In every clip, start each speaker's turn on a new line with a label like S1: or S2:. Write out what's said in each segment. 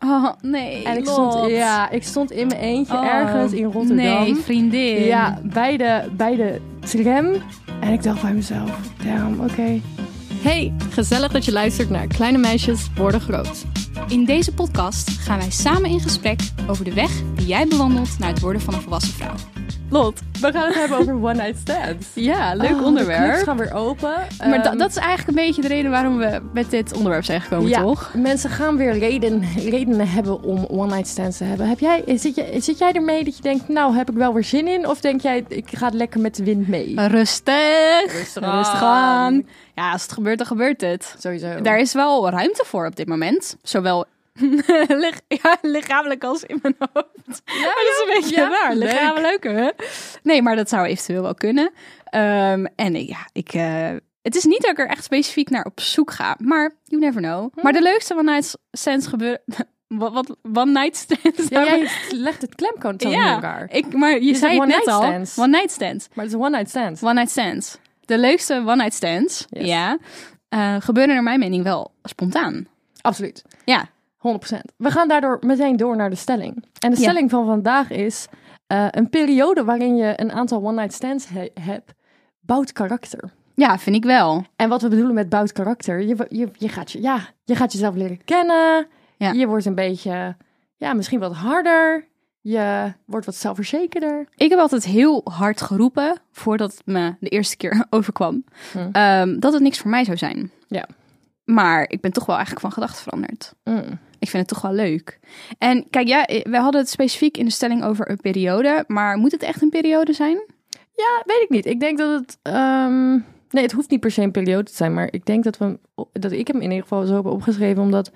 S1: Oh, nee.
S2: En ik
S1: Lot.
S2: stond, ja, ik stond in mijn eentje
S1: Oh.
S2: ergens in Rotterdam.
S1: Nee, vriendin.
S2: Ja, bij de, bij de tram. En ik dacht bij mezelf, damn, oké.
S3: Hey, gezellig dat je luistert naar Kleine Meisjes Worden Groot.
S1: In deze podcast gaan wij samen in gesprek over de weg die jij bewandelt naar het worden van een volwassen vrouw.
S2: Lot, we gaan het hebben over one night stands.
S3: Ja,
S2: Oh,
S3: leuk
S2: De clubs
S3: onderwerp.
S2: gaan weer open.
S3: Maar da-
S2: Ehm,
S3: dat is eigenlijk een beetje de reden waarom we met dit onderwerp zijn gekomen,
S2: ja,
S3: toch?
S2: mensen gaan weer reden, redenen hebben om one night stands te hebben. Heb jij, zit, je, zit jij ermee dat je denkt, nou heb ik wel weer zin in? Of denk jij, ik ga lekker met de wind mee?
S3: Eh, Rustig.
S2: Rustig aan.
S3: Rustig aan. Ja, als het gebeurt, dan gebeurt het.
S2: Sowieso.
S3: Daar is wel ruimte voor op dit moment. Zowel lich- ja, lichamelijk als in mijn hoofd. Maar dat is een beetje
S2: ja,
S3: raar.
S2: leuk.
S3: Lichamelijk, hè? Nee, maar dat zou eventueel wel kunnen. Ehm, en ik- ja, ik... eh, het is niet dat ik er echt specifiek naar op zoek ga, maar you never know.
S2: Hm.
S3: Maar de leukste one night stands gebeuren... Wat, wat one night stands?
S2: Ja, jij legt het klemkoon zo in elkaar.
S3: ik, maar je,
S2: zegt
S3: zei het
S2: one
S3: net
S2: night
S3: al.
S2: stands.
S3: One night stands.
S2: Maar het is een one night stand.
S3: One night stands. De leukste one night stands,
S2: Yes.
S3: ja, eh, gebeuren naar mijn mening wel spontaan.
S2: Absoluut.
S3: Ja.
S2: 100%. We gaan daardoor meteen door naar de stelling. En de
S3: Ja.
S2: stelling van vandaag is: eh, een periode waarin je een aantal one-night stands he- hebt, bouwt karakter.
S3: Ja, vind ik wel.
S2: En wat we bedoelen met bouwt karakter, je, wo- je, je, gaat, je, ja, je gaat jezelf leren kennen.
S3: Ja.
S2: Je wordt een beetje, ja, misschien wat harder. Je wordt wat zelfverzekerder.
S3: Ik heb altijd heel hard geroepen, voordat het me de eerste keer overkwam,
S2: Hm.
S3: ehm, dat het niks voor mij zou zijn.
S2: Ja.
S3: Maar ik ben toch wel eigenlijk van gedachten veranderd.
S2: Mm.
S3: Ik vind het toch wel leuk. En kijk, ja, eh, we hadden het specifiek in de stelling over een periode, maar moet het echt een periode zijn?
S2: Ja, weet ik niet. Ik denk dat het. ehm, nee, het hoeft niet per se een periode te zijn. Maar ik denk dat, we, hem op- dat ik hem in ieder geval zo heb opgeschreven. Omdat.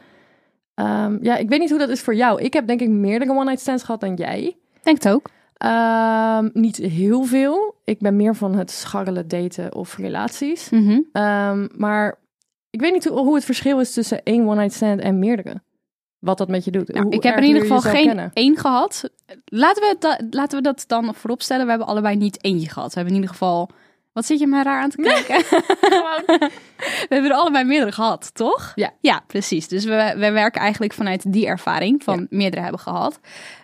S2: ehm, ja, ik weet niet hoe dat is voor jou. Ik heb denk ik meerdere one-night stands gehad dan jij.
S3: Denk het ook.
S2: Ehm, niet heel veel. Ik ben meer van het scharrelen, daten of relaties.
S3: Mhm.
S2: Ehm, maar ik weet niet hoe, hoe het verschil is tussen één one-night stand en meerdere. Wat dat met je doet.
S3: Nou,
S2: Hoe
S3: ik heb
S2: erg
S3: in ieder
S2: leer je
S3: geval geen
S2: jezelf kennen.
S3: één gehad. Laten we, het da- laten we dat dan vooropstellen. We hebben allebei niet eentje gehad. We hebben in ieder geval... Wat zit je me raar aan te kijken? we hebben er allebei meerdere gehad, toch?
S2: Ja.
S3: Ja, precies. Dus we, we werken eigenlijk vanuit die ervaring van meerdere hebben gehad.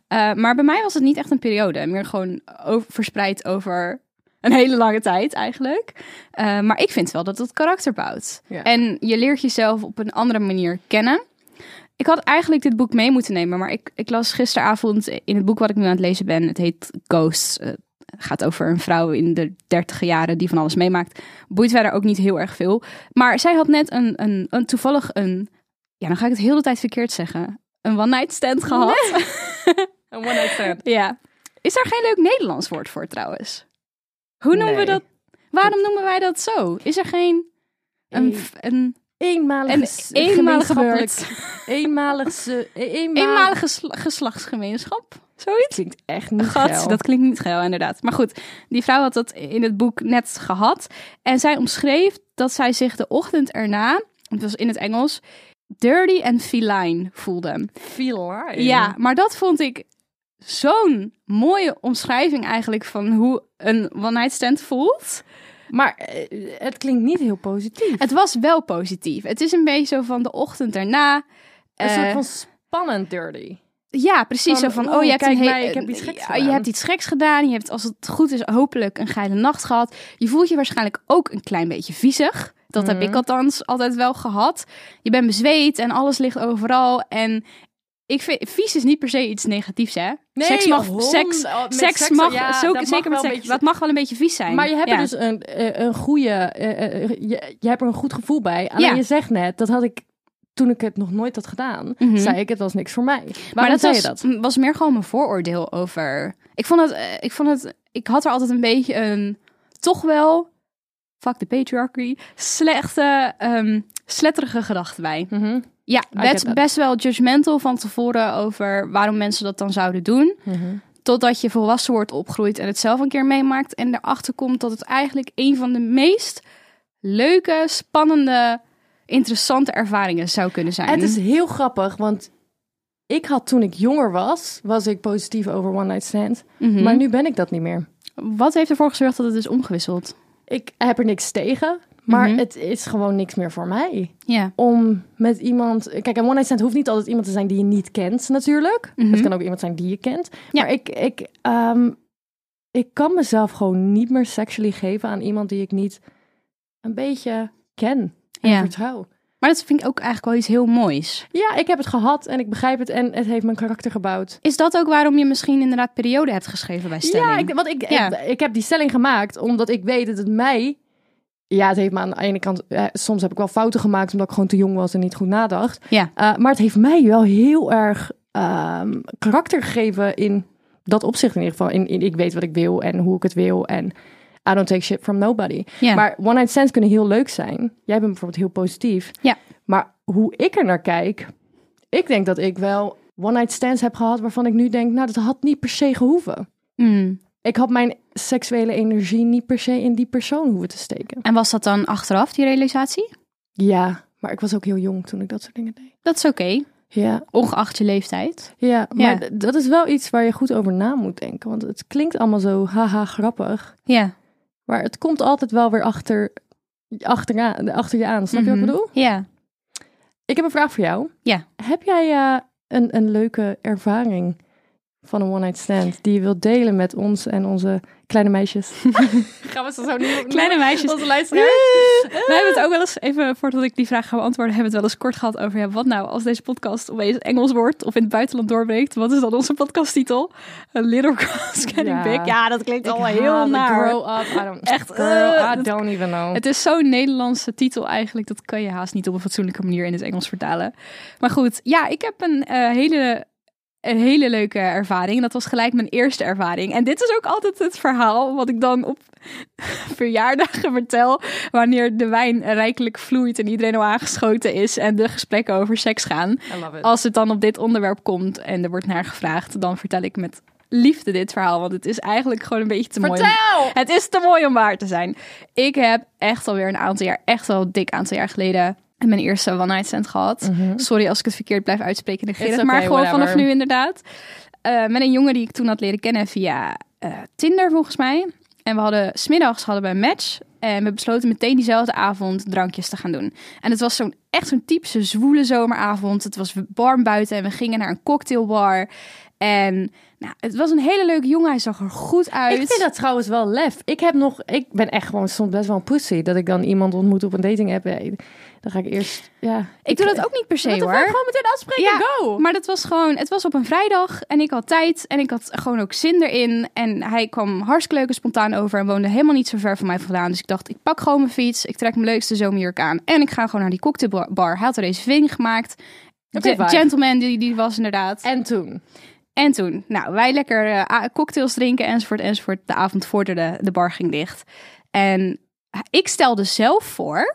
S3: Eh, maar bij mij was het niet echt een periode. Meer gewoon over- verspreid over een hele lange tijd eigenlijk. Eh, maar ik vind wel dat het karakter bouwt.
S2: Ja.
S3: En je leert jezelf op een andere manier kennen. Ik had eigenlijk dit boek mee moeten nemen, maar ik, ik las gisteravond in het boek wat ik nu aan het lezen ben. Het heet Ghosts. Eh, Het gaat over een vrouw in de dertige jaren die van alles meemaakt. Boeit verder ook niet heel erg veel. Maar zij had net een, een, een toevallig een. Ja, dan ga ik het heel de tijd verkeerd zeggen. Een one-night stand gehad.
S2: Een one-night stand.
S3: Ja. Is daar geen leuk Nederlands woord voor trouwens? Hoe noemen
S2: Nee.
S3: we dat? Waarom noemen wij dat zo? Is er geen. Een, v- een,
S2: Eenmalig.
S3: een
S2: s-
S3: eenmalig
S2: gemeenschappelijk-
S3: gebeurt.
S2: Eenmalig. se- eenmalig-
S3: Eenmalige gesla- geslachtsgemeenschap. Zoiets.
S2: Klinkt echt niet
S3: Gat,
S2: geil.
S3: dat klinkt niet geil, inderdaad. Maar goed, die vrouw had dat in het boek net gehad. En zij omschreef dat zij zich de ochtend erna, het was in het Engels, dirty en feline voelde.
S2: feline.
S3: Ja, maar dat vond ik zo'n mooie omschrijving eigenlijk van hoe een one-night stand voelt.
S2: Maar eh, het klinkt niet heel positief.
S3: Het was wel positief. Het is een beetje zo van de ochtend erna.
S2: Een
S3: eh,
S2: soort van spannend dirty.
S3: Ja, precies.
S2: Van,
S3: zo van,
S2: oeh,
S3: oh, je hebt,
S2: kijk
S3: een he-
S2: mij, ik heb iets geks
S3: ja, je
S2: gedaan.
S3: hebt iets geks gedaan. Je hebt, als het goed is, hopelijk een geile nacht gehad. Je voelt je waarschijnlijk ook een klein beetje viezig. Dat heb
S2: Mhm.
S3: ik althans altijd wel gehad. Je bent bezweet en alles ligt overal. En ik vind, vies is niet per se iets negatiefs, hè? seks mag,
S2: hond-
S3: seks,
S2: oh, met
S3: seks,
S2: seks,
S3: mag,
S2: ja,
S3: zo,
S2: dat mag wel
S3: zeker met
S2: een
S3: seks,
S2: beetje-
S3: dat mag wel een beetje vies zijn.
S2: Maar je hebt
S3: Ja.
S2: er dus een, eh, een goede... eh, eh, je, je hebt er een goed gevoel bij. Alleen
S3: Ja.
S2: je zegt net, dat had ik... Toen ik het nog nooit had gedaan,
S3: Mhm.
S2: zei ik, het was niks voor mij. Waarom
S3: Maar dat
S2: zei
S3: was,
S2: je dat?
S3: m- was meer gewoon mijn vooroordeel over. Ik vond het, eh, ik vond het, ik had er altijd een beetje een, toch wel, fuck de patriarchy, slechte, ehm sletterige gedachte bij.
S2: Mhm.
S3: Ja,
S2: get
S3: best,
S2: that.
S3: best wel judgmental van tevoren over waarom mensen dat dan zouden doen.
S2: Mhm.
S3: Totdat je volwassen wordt opgroeit en het zelf een keer meemaakt. En erachter komt dat het eigenlijk een van de meest leuke, spannende, interessante ervaringen zou kunnen zijn.
S2: Het is heel grappig, want ik had toen ik jonger was, was ik positief over One Night Stand.
S3: Mhm.
S2: Maar nu ben ik dat niet meer.
S3: Wat heeft ervoor gezorgd dat het is omgewisseld?
S2: Ik heb er niks tegen, maar
S3: Mhm.
S2: het is gewoon niks meer voor mij.
S3: Ja.
S2: om met iemand. Kijk, een one-night stand hoeft niet altijd iemand te zijn die je niet kent, natuurlijk.
S3: Mhm.
S2: Het kan ook iemand zijn die je kent.
S3: Ja.
S2: Maar ik, ik, ehm, ik kan mezelf gewoon niet meer sexually geven aan iemand die ik niet een beetje ken en
S3: Ja.
S2: vertrouw.
S3: Maar dat vind ik ook eigenlijk wel iets heel moois.
S2: Ja, ik heb het gehad en ik begrijp het en het heeft mijn karakter gebouwd.
S3: Is dat ook waarom je misschien inderdaad periode hebt geschreven bij stelling?
S2: Ja, ik, want ik,
S3: Ja.
S2: Ik, ik heb die stelling gemaakt omdat ik weet dat het mij... Ja, het heeft me aan de ene kant... eh, soms heb ik wel fouten gemaakt omdat ik gewoon te jong was en niet goed nadacht.
S3: Ja.
S2: Eh, maar het heeft mij wel heel erg ehm, karakter gegeven in dat opzicht in ieder geval. In, in ik weet wat ik wil en hoe ik het wil en... I don't take shit from nobody.
S3: Ja.
S2: Maar one-night stands kunnen heel leuk zijn. Jij bent bijvoorbeeld heel positief.
S3: Ja.
S2: Maar hoe ik er naar kijk... Ik denk dat ik wel one-night stands heb gehad... waarvan ik nu denk, nou, dat had niet per se gehoeven.
S3: Mm.
S2: Ik had mijn seksuele energie niet per se in die persoon hoeven te steken.
S3: En was dat dan achteraf, die realisatie?
S2: Ja, maar ik was ook heel jong toen ik dat soort dingen deed.
S3: Dat is oké,
S2: Ja,
S3: ongeacht je leeftijd.
S2: ja maar d-
S3: Ja.
S2: dat is wel iets waar je goed over na moet denken. Want het klinkt allemaal zo haha grappig.
S3: Ja.
S2: Maar het komt altijd wel weer achter, achteraan, achter je aan. Snap je wat
S3: Mhm.
S2: ik bedoel?
S3: Ja.
S2: Ik heb een vraag voor jou.
S3: Ja.
S2: Heb jij eh, een, een leuke ervaring van een one-night stand die je wilt delen met ons en onze kleine meisjes? Gaan we ze zo nu
S3: Kleine meisjes.
S2: Onze luisteraars.
S3: We hebben het ook wel eens, even voordat ik die vraag ga beantwoorden, hebben we het wel eens kort gehad over, ja, wat nou als deze podcast opeens Engels wordt of in het buitenland doorbreekt? Wat is dan onze podcasttitel? A Little Girls Getting
S2: Ja.
S3: Big. Ja, dat klinkt al
S2: Ik
S3: heel
S2: haat
S3: naar.
S2: Grow up. I don't,
S3: Echt,
S2: Girl,
S3: eh,
S2: I
S3: dat-
S2: don't even know.
S3: Het is zo'n Nederlandse titel eigenlijk. Dat kan je haast niet op een fatsoenlijke manier in het Engels vertalen. Maar goed, ja, ik heb een, eh, hele, een hele leuke ervaring. Dat was gelijk mijn eerste ervaring. En dit is ook altijd het verhaal wat ik dan op verjaardagen vertel. Wanneer de wijn rijkelijk vloeit en iedereen al aangeschoten is. En de gesprekken over seks gaan.
S2: I love it.
S3: Als het dan op dit onderwerp komt en er wordt naar gevraagd, dan vertel ik met liefde dit verhaal. Want het is eigenlijk gewoon een beetje te mooi. Om, het is te mooi om waar te zijn. Ik heb echt alweer een aantal jaar, echt al een dik aantal jaar geleden, mijn eerste one night stand gehad. Sorry als ik het verkeerd blijf uitspreken, negeer
S2: Mhm. It's
S3: het maar
S2: okay,
S3: gewoon
S2: whatever.
S3: vanaf nu inderdaad. Eh, met een jongen die ik toen had leren kennen via eh, Tinder volgens mij. En we hadden smiddags hadden we een match. En we besloten meteen diezelfde avond drankjes te gaan doen. En het was zo'n echt zo'n typische zwoele zomeravond. Het was warm buiten en we gingen naar een cocktailbar. En nou, het was een hele leuke jongen. Hij zag er goed uit.
S2: ik vind dat trouwens wel lef. Ik heb nog, ik ben echt gewoon soms best wel een pussy dat ik dan iemand ontmoet op een dating app. Ja, dan ga ik eerst, ja.
S3: ik doe dat ook niet per se hoor.
S2: meteen afspreken.
S3: Ja, Maar dat was gewoon, het was op een vrijdag en ik had tijd en ik had gewoon ook zin erin. En hij kwam hartstikke leuk en spontaan over en woonde helemaal niet zo ver van mij vandaan. Dus ik dacht, ik pak gewoon mijn fiets, ik trek mijn leukste zomerjurk aan en ik ga gewoon naar die cocktailbar. Hij had er deze ving gemaakt.
S2: Oké,
S3: De
S2: vibe.
S3: gentleman die, die was inderdaad.
S2: En toen.
S3: En toen, nou, wij lekker eh, a- cocktails drinken enzovoort enzovoort. De avond vorderde, de bar ging dicht. En ik stelde zelf voor,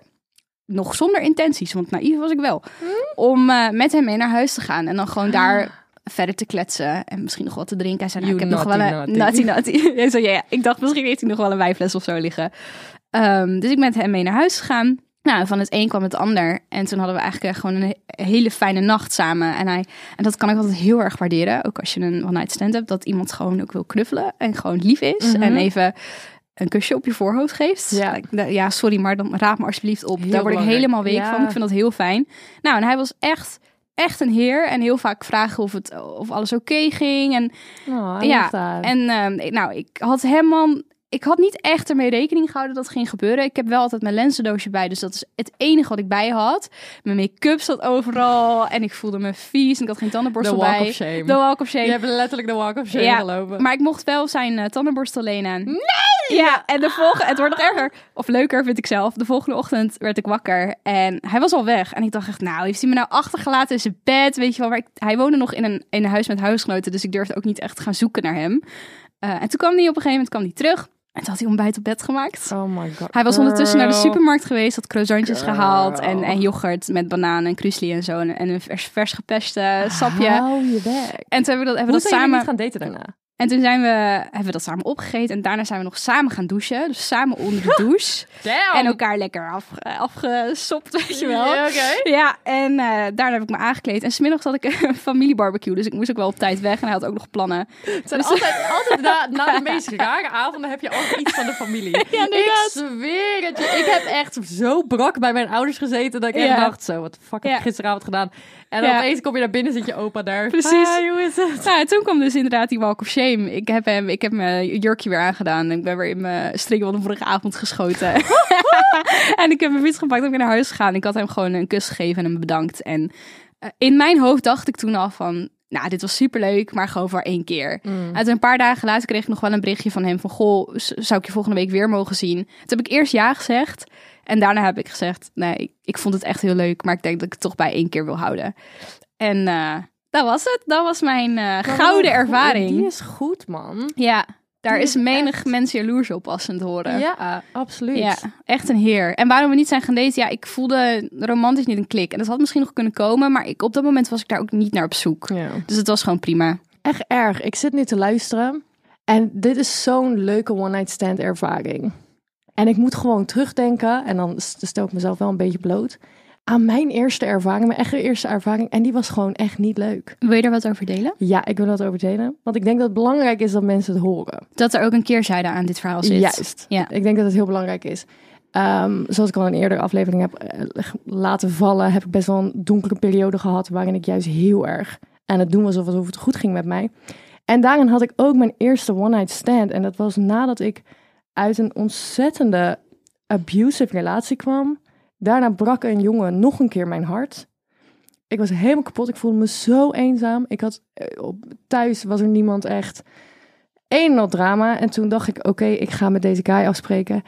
S3: nog zonder intenties, want naïef was ik wel,
S2: Hmm?
S3: om eh, met hem mee naar huis te gaan. En dan
S2: Ah.
S3: gewoon daar verder te kletsen en misschien nog wat te drinken. Hij zei, nou, ik
S2: You
S3: heb nog wel
S2: naughty,
S3: een... Naughty, naughty. Hij zei, ja, ja. Ik dacht, misschien heeft hij nog wel een wijfles of zo liggen. Ehm, dus ik ben met hem mee naar huis gegaan. Nou, en van het een kwam het ander. En toen hadden we eigenlijk echt gewoon een he- hele fijne nacht samen. En, hij, en dat kan ik altijd heel erg waarderen. Ook als je een one-night stand hebt. Dat iemand gewoon ook wil knuffelen. En gewoon lief is. En even een kusje op je voorhoofd geeft.
S2: Mhm. Ja.
S3: Like, nou, ja sorry, maar dan raap me alsjeblieft op.
S2: Heel
S3: Daar word ik
S2: belangrijk.
S3: helemaal week
S2: Ja.
S3: van. Ik vind dat heel fijn. Nou, en hij was echt, echt een heer. En heel vaak vragen of, het, of alles oké ging. En
S2: Oh,
S3: Ja,
S2: ja. En
S3: en ehm, ik- nou, ik had helemaal. Ik had niet echt ermee rekening gehouden dat het ging gebeuren. Ik heb wel altijd mijn lenzendoosje bij. Dus dat is het enige wat ik bij had. Mijn make-up zat overal. En ik voelde me vies. En ik had geen tandenborstel
S2: The walk
S3: bij.
S2: of shame.
S3: De walk of shame.
S2: je hebt letterlijk de walk of shame
S3: Ja,
S2: gelopen.
S3: Maar ik mocht wel zijn eh, tandenborstel lenen. Nee! Ja, en de volgende, het wordt nog erger. Of leuker, vind ik zelf. De volgende ochtend werd ik wakker en hij was al weg. En ik dacht echt, nou, heeft hij me nou achtergelaten in zijn bed? Weet je wel, maar ik- hij woonde nog in een, in een huis met huisgenoten. Dus ik durfde ook niet echt gaan zoeken naar hem. Eh, en toen kwam hij op een gegeven moment kwam hij terug. En toen had hij ontbijt op bed gemaakt.
S2: Oh my god.
S3: Hij was ondertussen naar de
S2: girl.
S3: supermarkt geweest, had croissantjes
S2: Girl.
S3: gehaald en, en yoghurt met bananen en krusli en zo. En, en een vers, vers gepeste sapje.
S2: Hou je bek.
S3: En toen hebben we dat, hebben
S2: Ah. Hoe
S3: we
S2: zijn
S3: dat
S2: jullie
S3: samen.
S2: niet gaan daten daarna?
S3: En toen zijn we, hebben we dat samen opgegeten. En daarna zijn we nog samen gaan douchen. Dus samen onder de douche. en elkaar lekker af, eh, afgesopt, weet je wel.
S2: Oh. Ja, oké.
S3: Ja, en eh, daarna heb ik me aangekleed. En smiddags had ik een familiebarbecue. Dus ik moest ook wel op tijd weg. En hij had ook nog plannen. Dus,
S2: Het zijn altijd, altijd na, na de meest rare avonden heb je altijd iets van de familie. ik
S3: inderdaad.
S2: zweer het je. Ik heb echt zo brak bij mijn ouders gezeten dat ik echt
S3: Ja.
S2: dacht zo, wat de fuck heb
S3: Ja.
S2: ik gisteravond gedaan? En dan
S3: Ja.
S2: opeens kom je naar binnen, zit je opa daar. Ah,
S3: Precies.
S2: Hi, hoe is het?
S3: Nou, en toen kwam dus inderdaad die walk of shame. Ik heb, hem, ik heb mijn jurkje weer aangedaan. En ik ben weer in mijn string van de vorige avond geschoten. en ik heb mijn fiets gepakt en ben ik naar huis gegaan. Ik had hem gewoon een kus gegeven en hem bedankt. En eh, in mijn hoofd dacht ik toen al van... Nou, dit was superleuk, maar gewoon voor één keer.
S2: Mm.
S3: En toen een paar dagen later kreeg ik nog wel een berichtje van hem van... Goh, z- zou ik je volgende week weer mogen zien? Toen heb ik eerst ja gezegd. En daarna heb ik gezegd... Nee, ik, ik vond het echt heel leuk, maar ik denk dat ik het toch bij één keer wil houden. En eh, dat was het. Dat was mijn eh, gouden
S2: Die
S3: ervaring.
S2: is goed, man.
S3: Ja, daar
S2: die
S3: is
S2: is
S3: menig
S2: echt-
S3: mensen jaloers op als ze het horen.
S2: Ja, absoluut.
S3: Ja, echt een heer. En waarom we niet zijn gaan daten? Ja, ik voelde romantisch niet een klik. En dat had misschien nog kunnen komen, maar ik, op dat moment was ik daar ook niet naar op zoek.
S2: Ja.
S3: Dus het was gewoon prima.
S2: Echt erg. Ik zit nu te luisteren. En dit is zo'n leuke one-night stand ervaring. En ik moet gewoon terugdenken. En dan s- stel ik mezelf wel een beetje bloot. Aan mijn eerste ervaring. Mijn echte eerste ervaring. En die was gewoon echt niet leuk.
S3: Wil je er wat over delen?
S2: Ja, ik wil dat over delen. Want ik denk dat het belangrijk is dat mensen het horen.
S3: Dat er ook een keerzijde aan dit verhaal zit.
S2: Juist.
S3: Ja.
S2: Ik denk dat het heel belangrijk is. Ehm, zoals ik al in een eerdere aflevering heb eh, ge- laten vallen, heb ik best wel een donkere periode gehad waarin ik juist heel erg aan het doen was of alsof het goed ging met mij. En daarin had ik ook mijn eerste one-night stand. En dat was nadat ik uit een ontzettende abusive relatie kwam. Daarna brak een jongen nog een keer mijn hart. Ik was helemaal kapot. Ik voelde me zo eenzaam. Ik had, eh, op, thuis was er niemand echt een en al drama. En toen dacht ik, oké, ik ga met deze guy afspreken.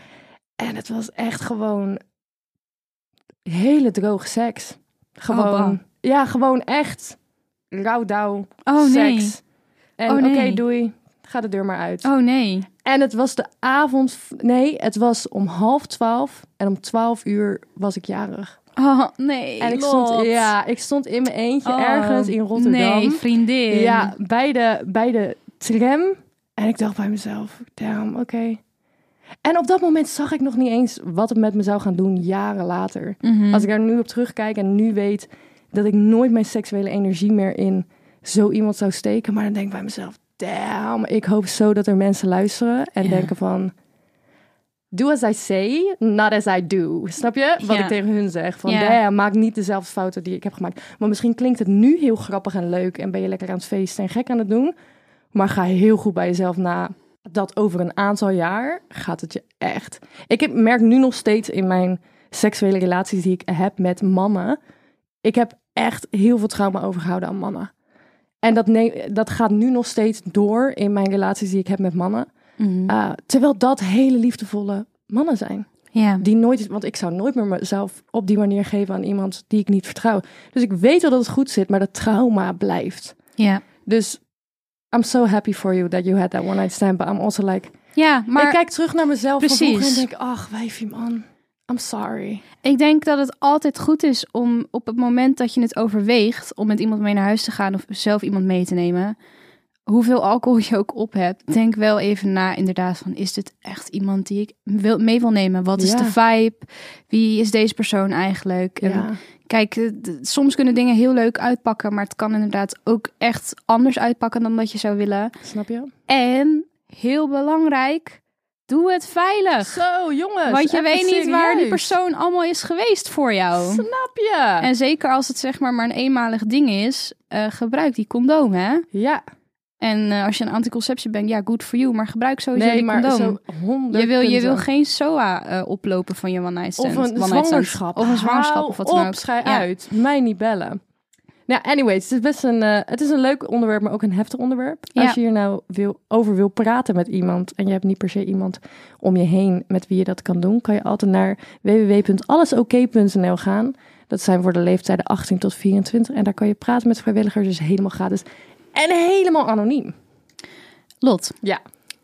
S2: En het was echt gewoon hele droge seks. Gewoon,
S3: Oh, bah.
S2: ja, gewoon echt rauw
S3: Oh nee.
S2: seks. En
S3: Oh,
S2: oké,
S3: nee.
S2: doei. Ga de deur maar uit.
S3: Oh nee.
S2: En het was de avond... Nee, het was om half twaalf. En om twaalf uur was ik jarig.
S3: Oh nee.
S2: En ik
S3: Lot.
S2: stond, ja, ik stond in mijn eentje
S3: Oh,
S2: ergens in Rotterdam.
S3: Nee, vriendin.
S2: Ja, bij de, bij de tram. En ik dacht bij mezelf, damn, oké. En op dat moment zag ik nog niet eens wat het met me zou gaan doen jaren later.
S3: Mhm.
S2: Als ik daar nu op terugkijk en nu weet dat ik nooit mijn seksuele energie meer in zo iemand zou steken. Maar dan denk ik bij mezelf, damn, ik hoop zo dat er mensen luisteren en
S3: Ja.
S2: denken van... Do as I say, not as I do. Snap je? Wat
S3: Ja.
S2: ik tegen hun zeg. Van,
S3: Ja.
S2: damn, maak niet dezelfde fouten die ik heb gemaakt. Maar misschien klinkt het nu heel grappig en leuk en ben je lekker aan het feesten en gek aan het doen. Maar ga heel goed bij jezelf na dat over een aantal jaar gaat het je echt. Ik heb, merk nu nog steeds in mijn seksuele relaties die ik heb met mannen. Ik heb echt heel veel trauma overgehouden aan mannen. En dat, ne- dat gaat nu nog steeds door in mijn relaties die ik heb met mannen.
S3: Mhm.
S2: Uh, terwijl dat hele liefdevolle mannen zijn.
S3: ja.
S2: Die nooit, want ik zou nooit meer mezelf op die manier geven aan iemand die ik niet vertrouw. Dus ik weet wel dat het goed zit, maar dat trauma blijft.
S3: Ja.
S2: Dus I'm so happy for you that you had that one night stand. But I'm also like,
S3: Ja, maar
S2: ik kijk terug naar mezelf van vroeger en
S3: Precies.
S2: denk, ach wijfie man, I'm sorry.
S3: Ik denk dat het altijd goed is om op het moment dat je het overweegt om met iemand mee naar huis te gaan of zelf iemand mee te nemen, hoeveel alcohol je ook op hebt, denk wel even na inderdaad van is dit echt iemand die ik wil, mee wil nemen? Wat is
S2: Ja.
S3: de vibe? Wie is deze persoon eigenlijk? En
S2: Ja.
S3: Kijk, eh, d- soms kunnen dingen heel leuk uitpakken, maar het kan inderdaad ook echt anders uitpakken dan dat je zou willen.
S2: Snap je?
S3: En heel belangrijk, doe het veilig.
S2: Zo jongens,
S3: Want je
S2: even
S3: weet niet waar die
S2: serieus.
S3: persoon allemaal is geweest voor jou.
S2: Snap je?
S3: En zeker als het zeg maar maar een eenmalig ding is, eh, gebruik die condoom, hè?
S2: ja,
S3: En eh, als je een anticonceptie bent, ja, good for you, maar gebruik sowieso
S2: nee,
S3: die
S2: maar
S3: condoom.
S2: zo
S3: je
S2: honderd
S3: wil, je wil
S2: punten.
S3: geen SOA eh, oplopen van je one night stand.
S2: Of een
S3: one night
S2: zwangerschap.
S3: stand. Of een zwangerschap
S2: Hou
S3: of wat dan
S2: op,
S3: ook.
S2: schei
S3: Ja.
S2: uit. Mij niet bellen. Nou, anyways, het is best een, eh, het is een leuk onderwerp, maar ook een heftig onderwerp.
S3: Ja.
S2: Als je hier nou wil, over wil praten met iemand en je hebt niet per se iemand om je heen met wie je dat kan doen, kan je altijd naar www.allesoké.nl gaan. Dat zijn voor de leeftijden 18 tot 24 en daar kan je praten met vrijwilligers, dus helemaal gratis en helemaal anoniem.
S3: Lot,
S2: Ja.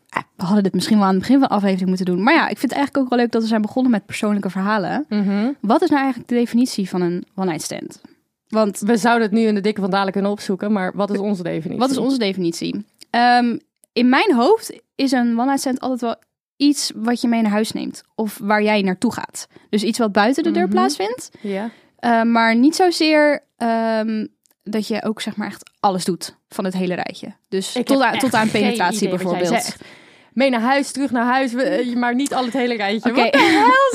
S3: eh, we hadden dit misschien wel aan het begin van de aflevering moeten doen. Maar ja, ik vind het eigenlijk ook wel leuk dat we zijn begonnen met persoonlijke verhalen.
S2: Mhm.
S3: Wat is nou eigenlijk de definitie van een one-night stand? Want
S2: We zouden het nu in de dikke van dadelijk kunnen opzoeken, maar wat is onze definitie?
S3: wat is onze definitie? Ehm, in mijn hoofd is een one-night stand altijd wel iets wat je mee naar huis neemt. Of waar jij naartoe gaat. Dus iets wat buiten de deur
S2: Mhm.
S3: plaatsvindt.
S2: Ja.
S3: Eh, maar niet zozeer ehm, dat je ook zeg maar echt alles doet van het hele rijtje. Dus
S2: Ik
S3: tot,
S2: heb
S3: aan, tot
S2: echt
S3: aan
S2: geen
S3: penetratie
S2: idee wat jij
S3: bijvoorbeeld.
S2: zegt. Mee naar huis, terug naar huis, we- eh, maar niet al het hele rijtje.
S3: Oké.
S2: Wat de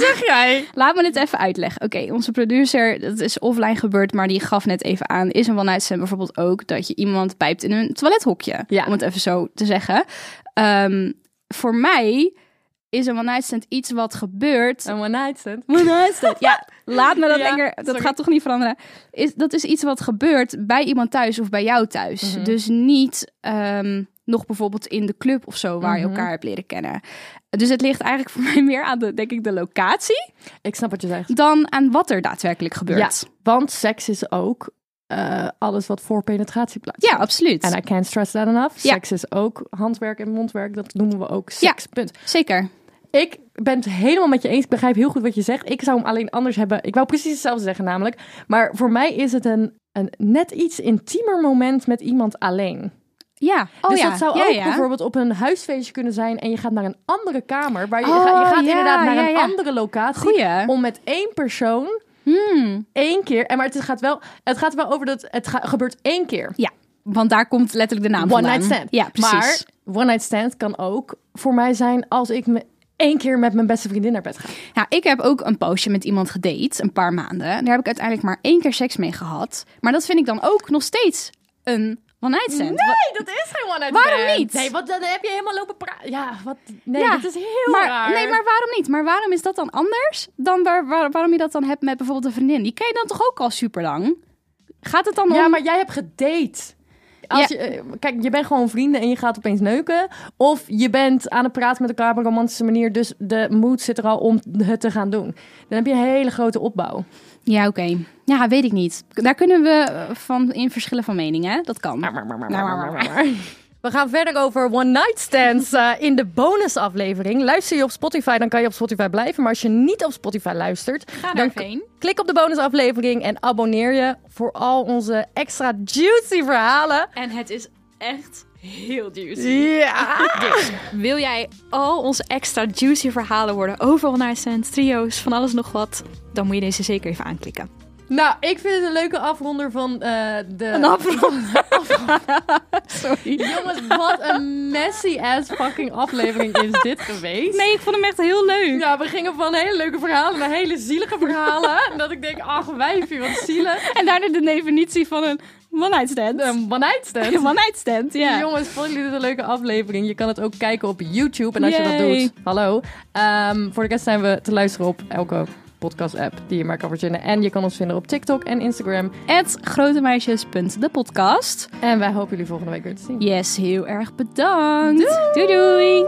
S2: hel zeg jij?
S3: Laat me dit even uitleggen. Oké, onze producer, dat is offline gebeurd, maar die gaf net even aan. Is een one-night stand bijvoorbeeld ook dat je iemand pijpt in een toilethokje?
S2: Ja.
S3: Om het even zo te zeggen. Ehm, voor mij is een one-night stand iets wat gebeurt.
S2: Een one night stand.
S3: one-night stand? Ja, laat me dat
S2: Ja,
S3: lekker. Dat
S2: sorry.
S3: gaat toch niet veranderen. Is, dat is iets wat gebeurt bij iemand thuis of bij jou thuis.
S2: Mhm.
S3: Dus niet ehm, nog bijvoorbeeld in de club of zo waar je
S2: Mhm.
S3: elkaar hebt leren kennen. Dus het ligt eigenlijk voor mij meer aan de, denk ik, de locatie
S2: Ik snap wat je zegt.
S3: dan aan wat er daadwerkelijk gebeurt.
S2: Want seks is ook eh, alles wat voor penetratie
S3: Ja,
S2: plaatsvindt.
S3: absoluut.
S2: En I can't stress that enough.
S3: Ja.
S2: Seks is ook handwerk en mondwerk. Dat noemen we ook
S3: Ja.
S2: seks. Punt.
S3: Zeker.
S2: Ik ben het helemaal met je eens. Ik begrijp heel goed wat je zegt. Ik zou hem alleen anders hebben. Ik wou precies hetzelfde zeggen namelijk. Maar voor mij is het een, een net iets intiemer moment met iemand alleen.
S3: Ja. Oh
S2: dus
S3: ja.
S2: dat zou
S3: ja,
S2: ook
S3: ja.
S2: bijvoorbeeld op een huisfeestje kunnen zijn. En je gaat naar een andere kamer. Waar je,
S3: Oh,
S2: ga- je gaat
S3: ja,
S2: inderdaad naar
S3: ja,
S2: een
S3: ja.
S2: andere locatie.
S3: Goeie.
S2: Om met één persoon
S3: Hmm.
S2: één keer. En maar het gaat wel, het gaat wel over dat het ga- gebeurt één keer.
S3: Ja. Want daar komt letterlijk de naam
S2: One
S3: vandaan.
S2: night stand.
S3: Ja, precies.
S2: Maar one night stand kan ook voor mij zijn als ik me één keer met mijn beste vriendin naar bed ga.
S3: Ja, Nou, ik heb ook een poosje met iemand gedate, een paar maanden. Daar heb ik uiteindelijk maar één keer seks mee gehad. Maar dat vind ik dan ook nog steeds een one night stand. Wa-
S2: dat is geen one night
S3: Waarom niet?
S2: Nee, want dan heb je helemaal lopen praten. Ja, wat? Nee,
S3: Ja,
S2: dat is heel
S3: maar,
S2: raar.
S3: Nee, maar waarom niet? Maar waarom is dat dan anders dan waar, waar- waarom je dat dan hebt met bijvoorbeeld een vriendin? Die ken je dan toch ook al super lang? Gaat het dan om...
S2: Ja, maar jij hebt gedate. Als je, eh, kijk, je bent gewoon vrienden en je gaat opeens neuken. Of je bent aan het praten met elkaar op een romantische manier. Dus de moed zit er al om het te gaan doen. Dan heb je een hele grote opbouw.
S3: Ja, oké. Ja, weet ik niet. Daar kunnen we eh, van in verschillen van mening, hè? Dat
S2: Nou,
S3: kan. Nou,
S2: We gaan verder over One Night Stands eh, in de bonusaflevering. Luister je op Spotify, dan kan je op Spotify blijven. Maar als je niet op Spotify luistert,
S3: Ga
S2: dan
S3: daarheen.
S2: klik op de bonusaflevering en abonneer je voor al onze extra juicy verhalen.
S3: En het is echt heel juicy. Dus,
S2: Ja!
S3: Wil jij al onze extra juicy verhalen worden over One Night Stand, trio's, van alles nog wat? Dan moet je deze zeker even aanklikken.
S2: Nou, ik vind het een leuke afronder van eh, de...
S3: Sorry.
S2: Jongens, wat een messy-ass fucking aflevering is dit geweest.
S3: Nee, ik vond hem echt heel leuk.
S2: Ja, we gingen van hele leuke verhalen naar hele zielige verhalen. En dat ik denk, ach wijfje, wat zielig.
S3: En daarna de definitie van een One Night Stand.
S2: Een one night stand.
S3: Een One Night Stand, ja.
S2: Jongens, vonden jullie dit een leuke aflevering? Je kan het ook kijken op YouTube. En als je dat
S3: Yay.
S2: doet, hallo. Ehm, voor de rest zijn we te luisteren op elke podcast-app die je maar kan verzinnen. En je kan ons vinden op TikTok en Instagram.
S3: Het grotemeisjes.depodcast.
S2: En wij hopen jullie volgende week weer te zien.
S3: Yes, heel erg bedankt. doei. doei.